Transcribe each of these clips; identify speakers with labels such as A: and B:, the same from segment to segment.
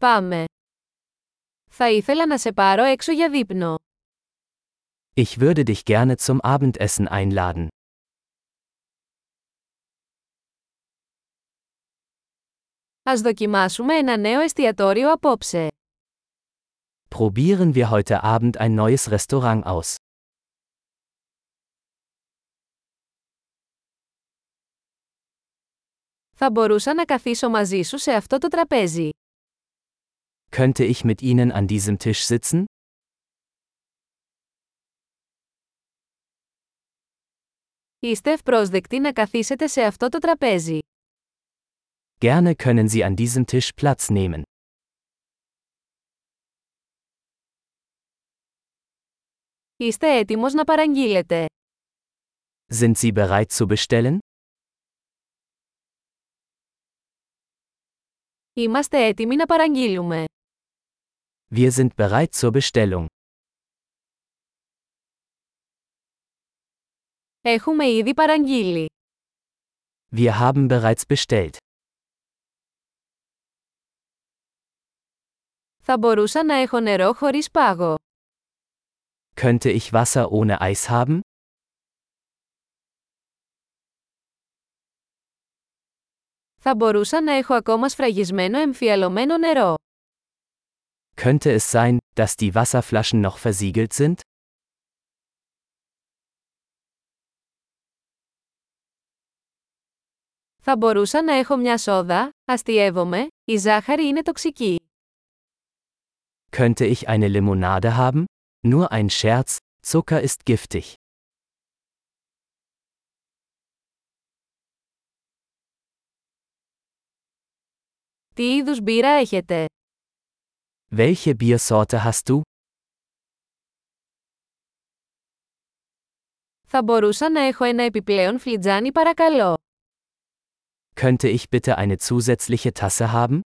A: Πάμε. Θα ήθελα να σε πάρω έξω για δείπνο.
B: Ich würde dich gerne zum Abendessen einladen.
A: Ας δοκιμάσουμε ένα νέο εστιατόριο απόψε.
B: Probieren wir heute Abend ein neues Restaurant aus.
A: Θα μπορούσα να καθίσω μαζί σου σε αυτό το τραπέζι.
B: Könnte ich mit Ihnen an diesem Tisch sitzen?
A: Είστε ευπρόσδεκτοι να καθίσετε σε αυτό το τραπέζι.
B: Gerne können Sie an diesem Tisch Platz nehmen.
A: Είστε έτοιμος να παραγγείλετε.
B: Sind Sie bereit zu bestellen?
A: Είμαστε έτοιμοι να παραγγείλουμε.
B: Wir sind bereit zur Bestellung.
A: Έχουμε ήδη παραγγείλει.
B: Wir haben bereits bestellt.
A: Θα μπορούσα να έχω νερό χωρίς πάγο.
B: Könnte ich Wasser ohne Eis haben?
A: Θα μπορούσα να έχω ακόμα σφραγισμένο εμφιαλωμένο νερό.
B: Könnte es sein, dass die Wasserflaschen noch versiegelt sind?
A: Θα μπορούσα να έχω μια σόδα, αστειεύομαι, η ζάχαρη είναι τοξική.
B: Könnte ich eine Limonade haben? Nur ein Scherz, Zucker ist giftig.
A: Τι είδους μπύρα έχετε?
B: Welche Biersorte hast du?
A: Θα μπορούσα να έχω ένα επιπλέον φλιτζάνι παρακαλώ.
B: Könnte ich bitte eine zusätzliche Tasse haben?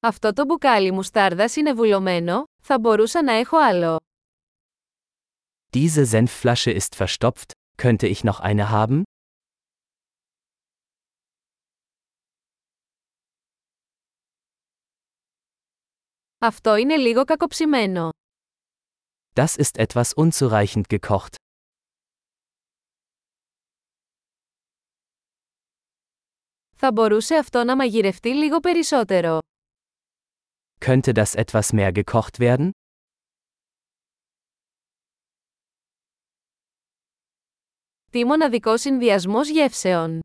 A: Αυτό το μπουκάλι μουστάρδας είναι βουλωμένο, θα μπορούσα να έχω άλλο.
B: Diese Senfflasche ist verstopft, könnte ich noch eine haben?
A: Αυτό είναι λίγο κακοψημένο.
B: Das ist etwas unzureichend gekocht.
A: Θα μπορούσε αυτό να μαγειρευτεί λίγο περισσότερο.
B: Könnte das etwas mehr gekocht werden?
A: Τι μοναδικό συνδυασμός γεύσεων.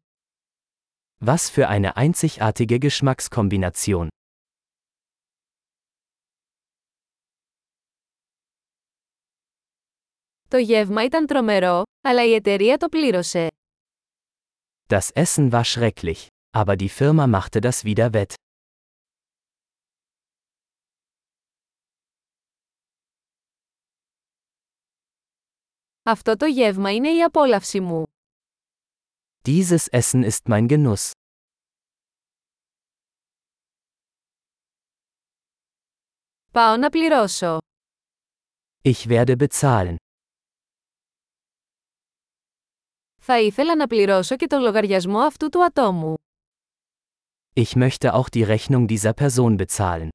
B: Was für eine einzigartige Geschmackskombination.
A: Το γεύμα ήταν τρομερό, αλλά η εταιρεία το πλήρωσε.
B: Das Essen war schrecklich, aber die Firma machte das wieder wett.
A: Αυτό το γεύμα είναι η απόλαυση μου.
B: Dieses Essen ist mein Genuss.
A: Πάω να πληρώσω.
B: Ich werde bezahlen.
A: Θα ήθελα να πληρώσω και τον λογαριασμό αυτού του ατόμου.
B: Ich möchte auch die Rechnung dieser Person bezahlen.